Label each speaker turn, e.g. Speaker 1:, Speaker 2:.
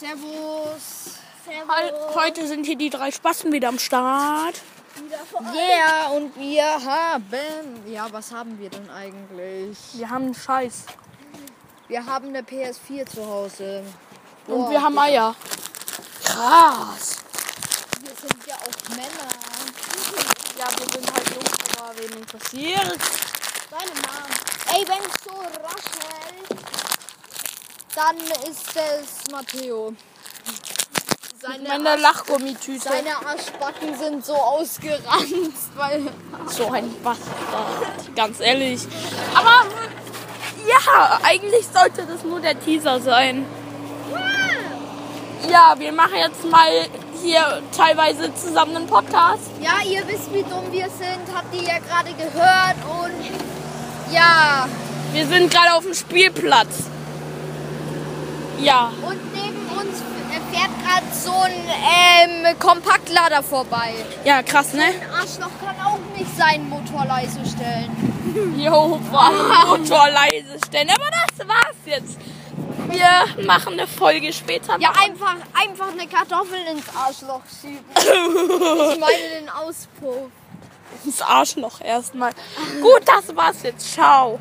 Speaker 1: Servus.
Speaker 2: Hal- Heute sind hier die drei Spasten wieder am Start.
Speaker 1: Yeah, und wir haben. Ja, was haben wir denn eigentlich?
Speaker 2: Wir haben einen Scheiß.
Speaker 1: Wir haben eine PS4 zu Hause.
Speaker 2: Und
Speaker 1: Boah,
Speaker 2: wir haben Eier. Krass.
Speaker 1: Wir sind ja auch Männer.
Speaker 2: Ja, wir sind halt Jungs, aber wen interessiert?
Speaker 1: Deine Mom. Ey, wenn so raschelt, dann ist es Matteo.
Speaker 2: Meine Lachgummitüte.
Speaker 1: Seine Arschbacken sind so ausgeranzt, weil.
Speaker 2: So ein Bastard. Ganz ehrlich. Aber ja, eigentlich sollte das nur der Teaser sein. Ja, wir machen jetzt mal hier teilweise zusammen einen Podcast.
Speaker 1: Ja, ihr wisst, wie dumm wir sind, habt ihr ja gerade gehört und ja,
Speaker 2: Wir sind gerade auf dem Spielplatz. Ja.
Speaker 1: und neben uns f- fährt gerade so ein ähm, Kompaktlader vorbei.
Speaker 2: Ja, krass, ne?
Speaker 1: Ein Arschloch kann auch nicht seinen Motor leise stellen.
Speaker 2: Jo, wow, Motor leise stellen. Aber das war's jetzt. Wir machen eine Folge später.
Speaker 1: Ja,
Speaker 2: noch.
Speaker 1: einfach, einfach eine Kartoffel ins Arschloch schieben. Ich meine den Auspuff.
Speaker 2: ins Arschloch erstmal. Gut, das war's jetzt. Ciao.